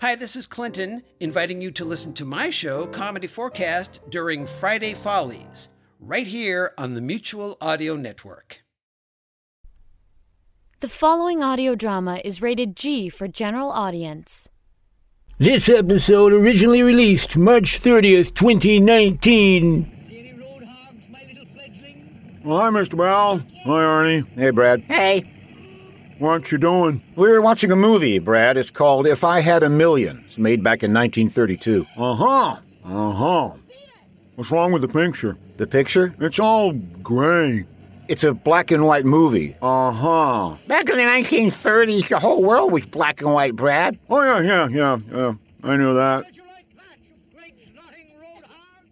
Hi, this is Clinton, inviting you to listen to my show, Comedy Forecast, during Friday Follies, right here on the Mutual Audio Network. The following audio drama is rated G for general audience. This episode originally released March 30th, 2019. Well, hi, Mr. Bowell. Hi, Arnie. Hey, Brad. Hey. What you doing? We were watching a movie, Brad. It's called If I Had a Million. It's made back in 1932. Uh huh. Uh huh. What's wrong with the picture? The picture? It's all gray. It's a black and white movie. Uh huh. Back in the 1930s, the whole world was black and white, Brad. Oh, yeah, yeah, yeah, yeah. I knew that.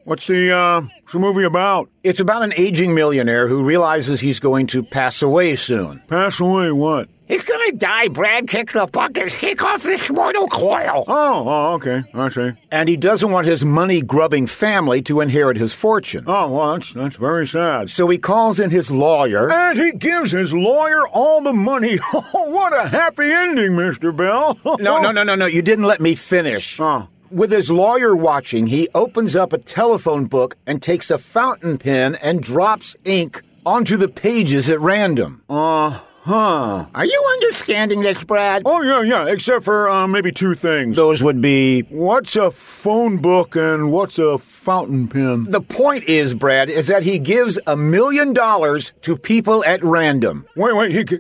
What's the, uh, what's the movie about? It's about an aging millionaire who realizes he's going to pass away soon. Pass away what? He's gonna die, Brad. Kick the bucket, shake off this mortal coil. Oh, oh, okay. I see. And he doesn't want his money grubbing family to inherit his fortune. Oh, well, that's, that's very sad. So he calls in his lawyer. And he gives his lawyer all the money. Oh, what a happy ending, Mr. Bell. No, no, no, no, no. You didn't let me finish. Oh, With his lawyer watching, he opens up a telephone book and takes a fountain pen and drops ink onto the pages at random. uh huh. Are you understanding this, Brad? Oh, yeah, yeah, except for uh, maybe two things. Those would be What's a phone book and what's a fountain pen? The point is, Brad, is that he gives a million dollars to people at random. Wait, wait, he, g-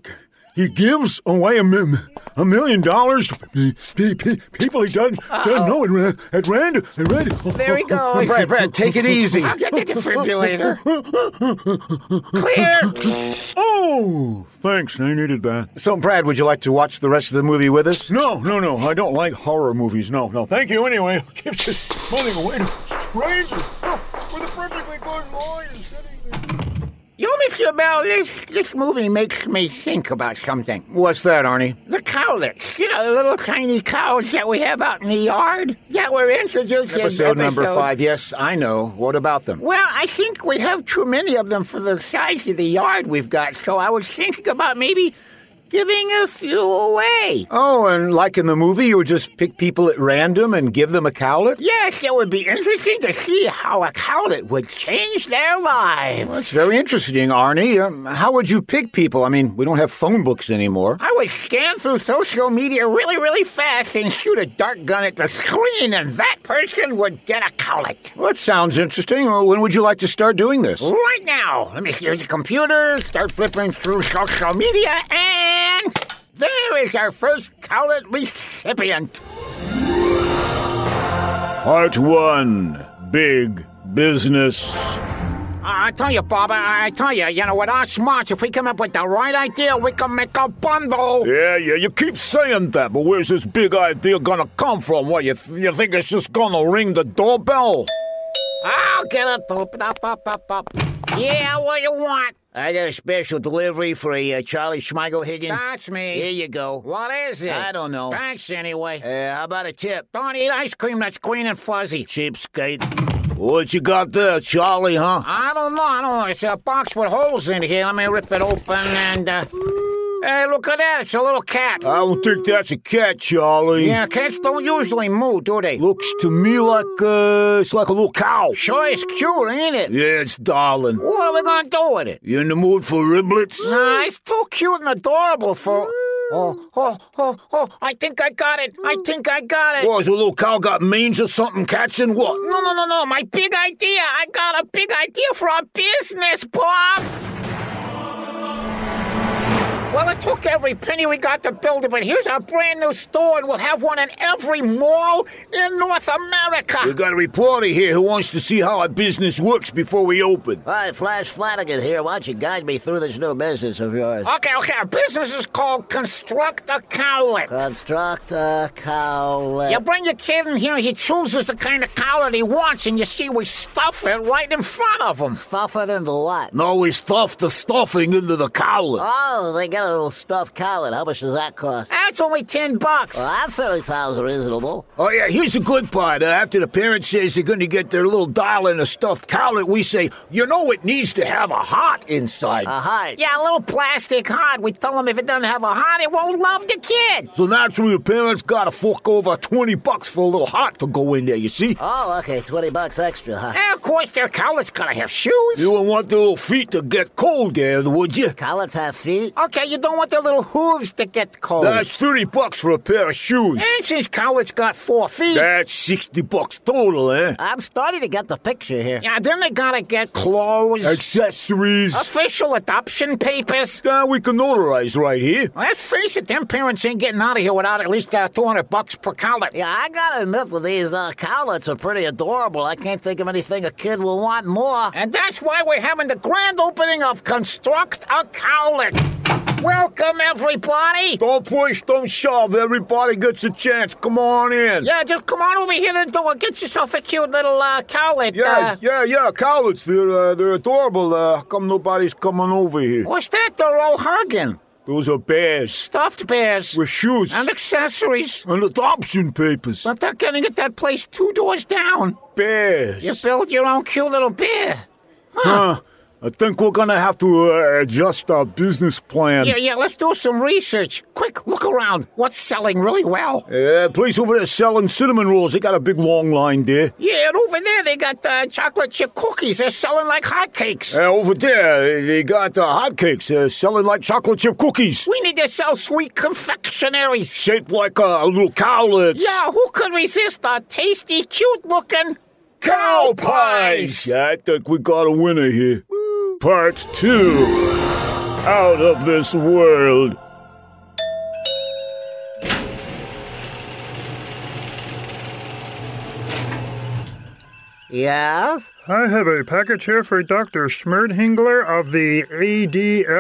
he gives away a, mi- a million dollars to pe- pe- pe- people he doesn't, doesn't know at, ra- at random. At random. There he goes. Brad, Brad, take it easy. I'll get the defibrillator. Clear. Oh, thanks. I needed that. So, Brad, would you like to watch the rest of the movie with us? No, no, no. I don't like horror movies. No, no. Thank you anyway. Gives his money away to strangers. Oh, with a perfectly good lawyer sitting there. You know, Mr. Bell, this, this movie makes me think about something. What's that, Arnie? The cowlets. Oh, You know, the little tiny cows that we have out in the yard that were introduced in Episode number episode- five. Yes, I know. What about them? Well, I think we have too many of them for the size of the yard we've got, so I was thinking about maybe giving a few away. Oh, and like in the movie, you would just pick people at random and give them a cowlet? Yes, it would be interesting to see how a cowlet would change their Well, lives. that's very interesting, Arnie. Um, how would you pick people? I mean, we don't have phone books anymore. I would scan through social media really, really fast and shoot a dart gun at the screen, and that person would get a cowlet. Well, that sounds interesting. Well, When would you like to start doing this? Right now, let me see the computer, start flipping through social media, and there is our first cowlet recipient. Part one Big Business. Uh, I I tell you, Bob, I, I tell you, you know, with our smarts, if we come up with the right idea, we can make a bundle. Yeah, yeah, you keep saying that, but where's this big idea gonna come from? What, you, th- you think it's just gonna ring the doorbell? I'll get it. Up, up, up, up, up. Yeah, what you want? I got a special delivery for a uh, Charlie Schmeigel Higgin. That's me. you go. What is it? I don't know. Thanks anyway. Uh, how about a tip? Don't eat ice cream that's green and fuzzy. Cheapskate. What you got there, Charlie, huh? I don't know. I don't know. It's a box with holes in here. Let me rip it open and. Uh... Hey, look at that. It's a little cat. I don't think that's a cat, Charlie. yeah, cats don't usually moo, do they? Looks to me like, uh, it's like a little cow. Sure, it's cute, ain't it? Yeah, it's darling. What are we gonna do with it? You in the mood for riblets? Nah, it's too cute and adorable for. Oh, oh, oh, oh, I think I got it. I think I got it. Boy, has a little cow got mange or something catching what? No, no, no, no. My big idea. I got a big idea for our business, Bob. Well, it took every penny we got to build it, but here's our brand new store, and we'll have one in every mall in North America. We got a reporter here who wants to see how our business works before we open. Hi, Flash Flanagan here. Why don't you guide me through this new business of yours? Okay, okay, our business is called Construct a Cowlet. Construct a cowlet. you bring your kid in here, he chooses the kind of cowlet he wants, and you see we stuff it right in front of him. Stuff it into what? No, we stuff the stuffing into the cowlet. Oh, they got a little stuffed cowlet. How much does that cost? That's only ten bucks. Well, that certainly sounds reasonable. Oh, yeah, here's the good part. Uh, after the parent says they're going to get their little doll in a stuffed cowlet, we say, you know, it needs to have a heart inside. A heart. Yeah, a little plastic heart. We tell him if it doesn't have a heart, it won't love the kid. So naturally, the parents got to fork over 20 bucks for a little heart to go in there, you see? Oh, okay, 20 bucks extra, huh? And of course, their collar's gotta have shoes. You wouldn't want the little feet to get cold there, would you? Cowlets have feet? Okay, you don't want their little hooves to get cold. That's 30 bucks for a pair of shoes. and since collar's got four feet, That's 60 bucks total, eh? I'm starting to get the picture here. yeah, then they gotta get clothes, Accessories. official adoption papers. Now we can notarize right here. Let's face it, them parents ain't getting out of here without at least uh, 200 bucks per collar. Yeah, I gotta admit that these uh, cowlets are pretty adorable. I can't think of anything a kid will want more. And that's why we're having the grand opening of Construct a Cowlet. Welcome, everybody. Don't push, don't shove. Everybody gets a chance. Come on in. Yeah, just come on over here to the door. Get yourself a cute little uh, cowlet. Yeah, Uh, yeah, yeah, Cowlets, they're, uh, they're adorable. Uh, how come nobody's coming over here? what's that? They're all hugging. Those are bears Stuffed bears. with shoes and accessories. and adoption papers. But they're getting at that place two doors down. Bears. You build your own cute little bear. Huh. I think we're gonna have to uh, adjust our business plan. Yeah, yeah, let's do some research. Quick, look around. What's selling really well? Yeah, place Uh, over there selling cinnamon rolls. They got a big long line there. Yeah, and over there they got uh, chocolate chip cookies. They're selling like hotcakes. Uh, over there, they got uh, hotcakes uh, selling like chocolate chip cookies We need to sell sweet confectionaries. shaped like uh, little cowlets. Yeah, who could resist our tasty, cute looking cow pies. Yeah, I think we got a winner here. Part two. Out of this world. Yes? I have a package here for Dr. Schmerdhingler of the ADLDL.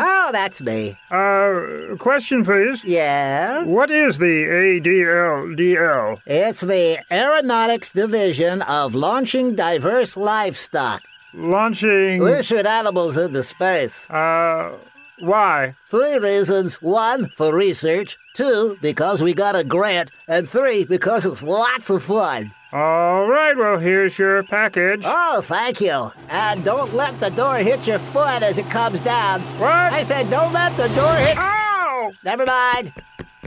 Oh, that's me. Uh, question, please. Yes? What is the ADLDL? It's the Aeronautics Division of Launching Diverse Livestock. Launching. Listen animals into space. Mm. Uh, why? Three reasons. One, for research. Two, because we got a grant. And three, because it's lots of fun. All right, well, here's your package. Oh, thank you. And don't let the door hit your foot as it comes down. I What? said, don't let the door hit. Ah. Ow! Never mind.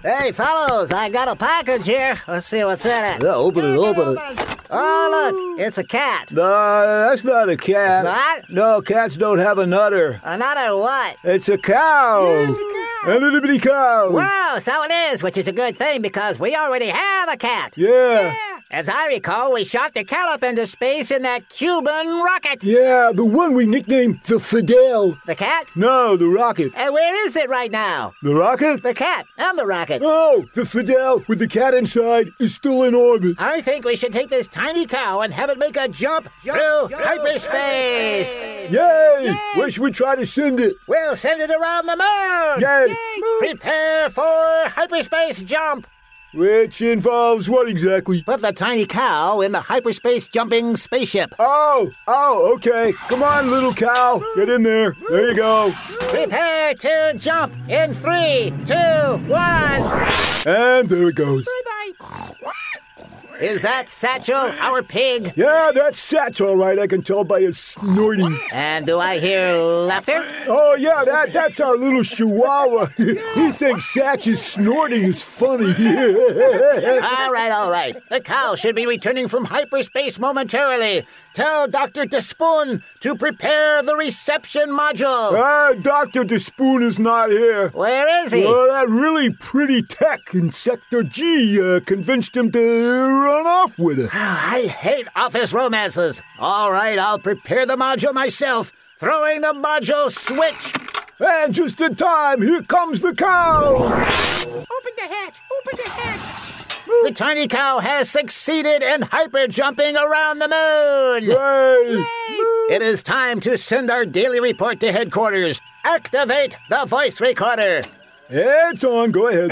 Hey, fellows, I got a package here. Let's see what's in it. Yeah, open it, open it. Oh, look, it's a cat. Nah, Uh, that's not a cat. It's No, cats don't have a nutter. Another what? It's a cow. it's a A little bitty cow. Wow, Oh, so it is, which is a good thing because we already have a cat. Yeah. As I recall, we shot the cat up into space in that Cuban rocket. Yeah, the one we nicknamed the Fidel. The cat? No, the rocket. And where is it right now? The rocket? The cat and the rocket. Oh, the Fidel with the cat inside is still in orbit. I think we should take this tiny cow and have it make a jump, through hyperspace. Yay! Wish we try to send it. We'll send it around the moon. Yay! Prepare for hyperspace jump. Which involves what exactly? Put the tiny cow in the hyperspace jumping spaceship. Oh, oh, okay. Come on, little cow. Get in there. There you go. Prepare to jump in three, two, one. And there it goes. Is that Satchel, our pig? Yeah, that's Satch, all right. I can tell by his snorting. And do I hear laughter? Oh, yeah, that, that's our little chihuahua. he thinks Satch's snorting is funny. All right, all right. The cow should be returning from hyperspace momentarily. Tell Dr. Despoon to prepare the reception module. ah, Dr. Despoon is not here. Where is he? Well, that really pretty tech in Sector G uh, convinced him to run off with it. I hate office romances. All right, I'll prepare the module myself. Throwing the module switch. And just in time, here comes the cow! Open the hatch! Open the hatch! The tiny cow has succeeded in hyper jumping around the moon! Yay. Yay. It is time to send our daily report to headquarters. Activate the voice recorder. It's on, go ahead.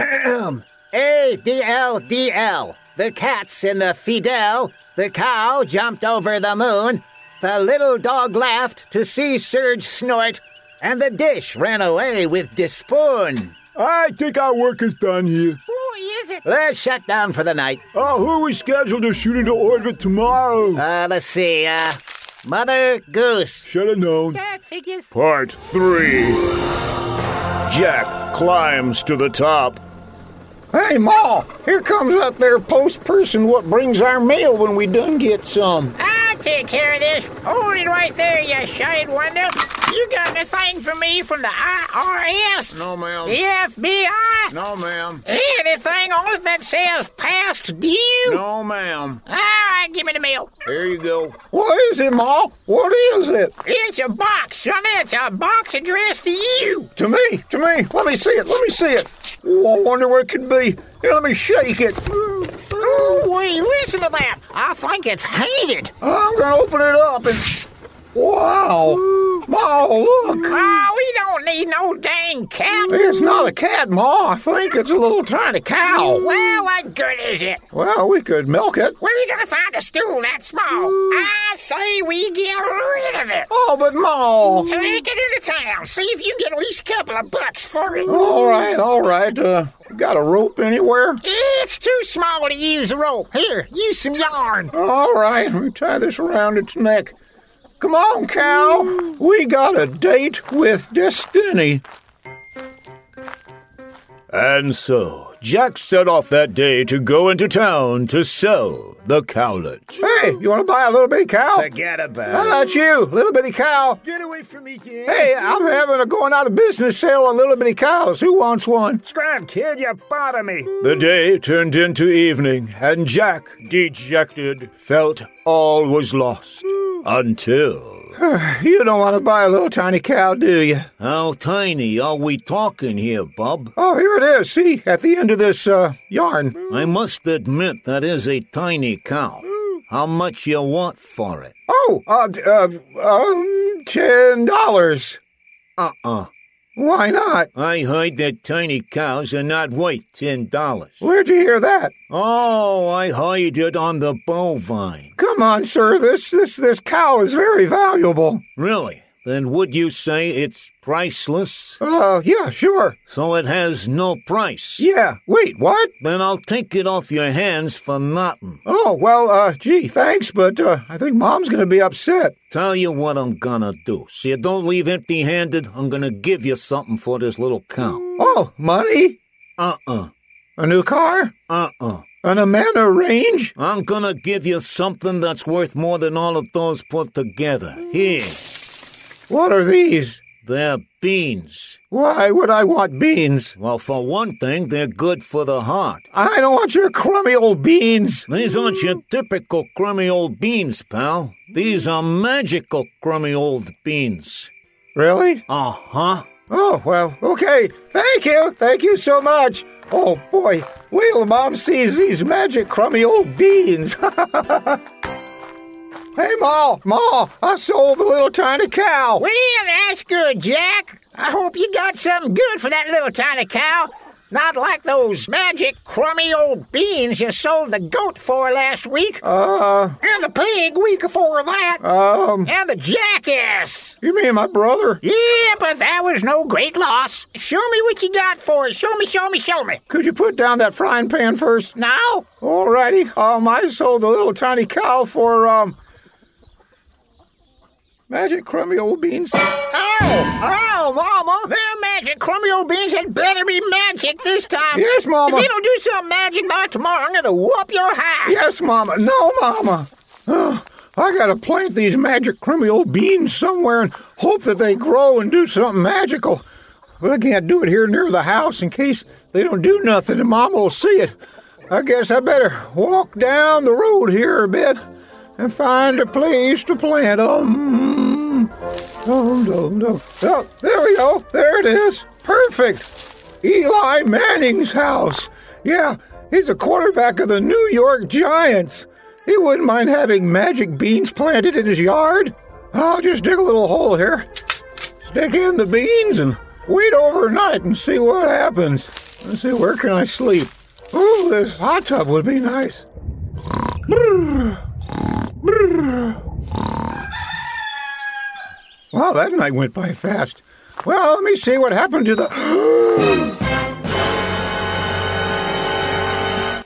ADLDL. The cat's in the Fidel. The cow jumped over the moon. The little dog laughed to see Serge snort. And the dish ran away with Despoon. I think our work is done here. Let's shut down for the night. Uh, Oh, who are we scheduled to shoot into orbit tomorrow? Uh, let's see, uh, Mother Goose. Should have known. That figures. Part 3 Jack climbs to the top. Hey, Ma, here comes up there post person what brings our mail when we done get some. I'll take care of this. Hold it right there, you shade wonder. You got anything for me from the IRS? No, ma'am. The FBI? No, ma'am. Anything on it that says past due? No, ma'am. All right, give me the mail. There you go. What is it, Ma? What is it? It's a box, son. It's a box addressed to you. To me, to me. Let me see it. Let me see it. Oh, I wonder what it could be. Here, let me shake it. Ooh, wait, listen to that. I think it's hated. I'm gonna open it up and. Wow! Ma, look! Oh, we don't need no dang cat. It's not a cat, Ma. I think it's a little tiny cow. Well, what good is it? Well, we could milk it. Where are you gonna find a stool that small? I say we get rid of it. Oh, but Ma. Take it into town. See if you can get at least a couple of bucks for it. All right, all right. Uh, got a rope anywhere? It's too small to use a rope. Here, use some yarn. All right, let me tie this around its neck. Come on, cow. We got a date with destiny. And so, Jack set off that day to go into town to sell the cowlet. Hey, you want to buy a little bitty cow? Forget How about about you, little bitty cow? Get away from me, kid. Hey, I'm having a going out of business sale on little bitty cows. Who wants one? Scram, kid, you bother me. The day turned into evening, and Jack, dejected, felt all was lost. Until. You don't want to buy a little tiny cow, do you? How tiny are we talking here, Bob? Oh, here it is. See, at the end of this uh, yarn. I must admit that is a tiny cow. How much you want for it? Oh, uh, d- uh, um, ten dollars. Uh-uh. Why not? I heard that tiny cows are not worth ten dollars. Where'd you hear that? Oh, I heard it on the bovine. Come on, sir. This this this cow is very valuable. Really? Then would you say it's priceless? Uh, yeah, sure. So it has no price. Yeah. Wait, what? Then I'll take it off your hands for nothing. Oh, well, uh, gee, thanks, but uh, I think Mom's gonna be upset. Tell you what I'm gonna do. So you don't leave empty handed, I'm gonna give you something for this little cow. Oh, money? Uh uh. A new car? Uh uh. An Amanda range? I'm gonna give you something that's worth more than all of those put together. Here, What are these? they're Uh, beans. Why would I want beans? Well, for one thing, they're good for the heart. I don't want your crummy old beans. These aren't your typical crummy old beans, pal. These are magical crummy old beans. Really? Uh huh. Oh, well, okay. Thank you. Thank you so much. Oh, boy. Wait till Mom sees these magic crummy old beans. hey, Ma, Ma, I sold the little tiny cow. Well, that's good, Jack. I hope you got something good for that little tiny cow. Not like those magic crummy old beans you sold the goat for last week, Uh, and the pig week before that, um, and the jackass. you mean my brother? Yeah, but that was no great loss. Show me what you got for it. Show me, show me, show me. Could you put down that frying pan first? Now, Alrighty. Um, I sold the little tiny cow for, um, magic crummy old beans. ow, ow, Mama! They're magic crummy old beans had better be magic this time. Yes, Mama. If you don't do some magic by tomorrow, I'm gonna whoop your ass. Yes, Mama. No, Mama. Ugh, I gotta plant these magic crummy old beans somewhere and hope that they grow and do something magical. But I can't do it here near the house in case they don't do nothing and Mama will see it. I guess I better walk down the road here a bit and find a place to plant them. Dum, dum, dum. Oh, there we go. There it is. Perfect. Eli Manning's house. Yeah, he's a quarterback of the New York Giants. He wouldn't mind having magic beans planted in his yard. I'll just dig a little hole here, stick in the beans, and wait overnight and see what happens. Let's see, where can I sleep? Ooh, this hot tub would be nice. Wow, that night went by fast. Well, let me see what happened to the.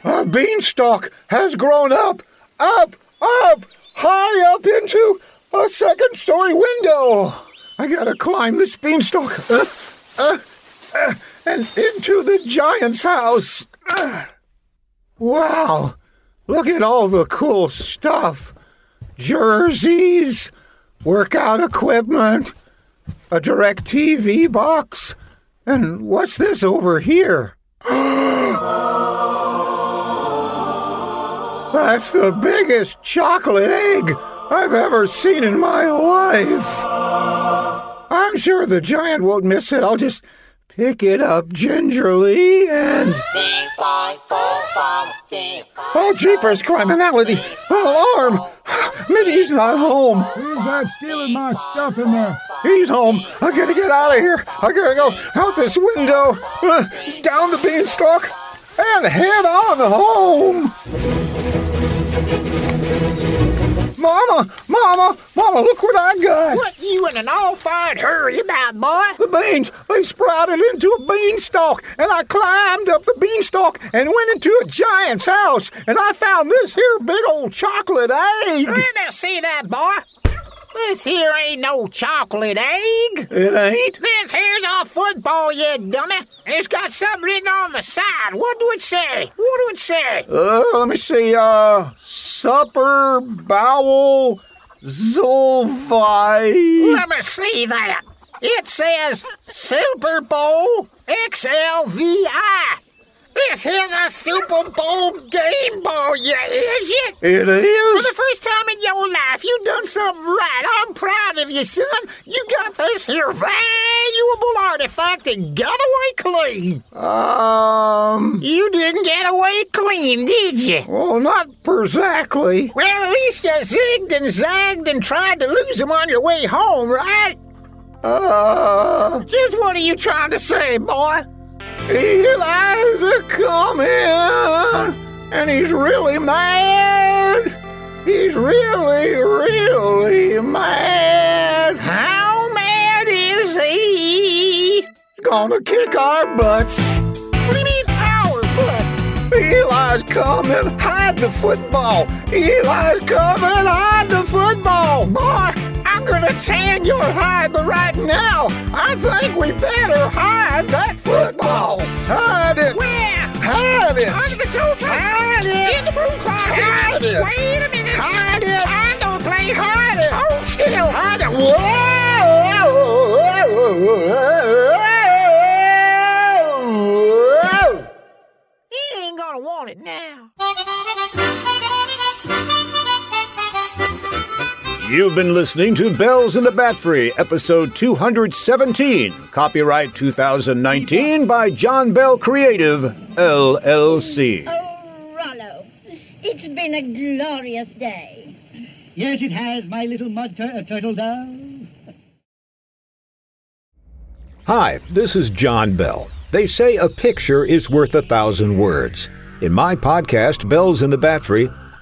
A beanstalk has grown up, up, up, high up into a second story window. I gotta climb this beanstalk uh, uh, uh, and into the giant's house. Uh. Wow, look at all the cool stuff jerseys, workout equipment, a direct TV box, and what's this over here? That's the biggest chocolate egg I've ever seen in my life. I'm sure the giant won't miss it. I'll just pick it up gingerly and. Oh, jeepers, criminality! Alarm! Maybe he's not home. Who's that stealing my stuff in there? He's home. I gotta get out of here. I gotta go out this window, uh, down the beanstalk, and head on home. Mama, Mama, Mama, look what I got. What you in an all fired hurry about, boy? The beans, they sprouted into a beanstalk, and I climbed up the beanstalk and went into a giant's house, and I found this here big old chocolate egg. Let me see that, boy. This here ain't no chocolate egg. It ain't? This here's a football, you dummy. And it's got something written on the side. What do it say? What do it say? Uh, let me see. Uh, supper bowel Zulvi. Let me see that. It says Super Bowl XLVI. This is a Super Bowl game ball, you idiot! It is! For the first time in your life, you done something right. I'm proud of you, son. You got this here valuable artifact and got away clean. Um... You didn't get away clean, did you? Well, Oh, not exactly. Well, at least you zigged and zagged and tried to lose him on your way home, right? Uh... Just what are you trying to say, boy? Eli's a coming, and he's really mad. He's really, really mad. How mad is he? Gonna kick our butts. What do you mean, our butts? Eli's coming. Hide the football. Eli's coming. Hide the football, boy. I'm gonna tan your hide, but right now, I think we better hide that football. Hide it. Where? Hide it. Under the sofa. Hide it. In the broom closet. Hide it. Wait a minute. Hide it. I know a place. Hide it. Hold still. Hide it. Whoa. He ain't gonna want it now. You've been listening to Bells in the Bat Free, episode 217, copyright 2019 by John Bell Creative, LLC. Oh, Rollo, it's been a glorious day. Yes, it has, my little mud tur- turtle dove. Hi, this is John Bell. They say a picture is worth a thousand words. In my podcast, Bells in the Bat Free,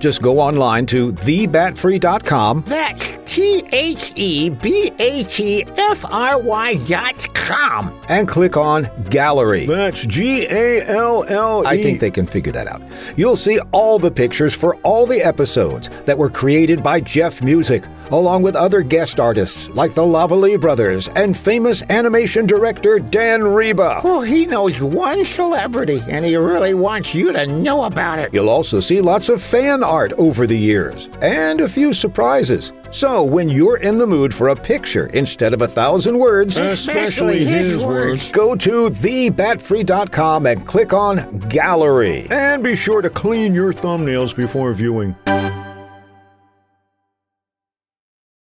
Just go online to thebatfree.com. That T H E B A T F R Y dot com. and click on Gallery. That's G A L L E. I think they can figure that out. You'll see all the pictures for all the episodes that were created by Jeff Music, along with other guest artists like the Lavalley brothers and famous animation director Dan Reba. Well, Oh, he knows one celebrity, and he really wants you to know about it. You'll also see lots of fan art over the years and a few surprises. So, when you're in the mood for a picture instead of a thousand words, Especially his words. go to thebatfree.com and click on Gallery. And be sure to clean your thumbnails before viewing.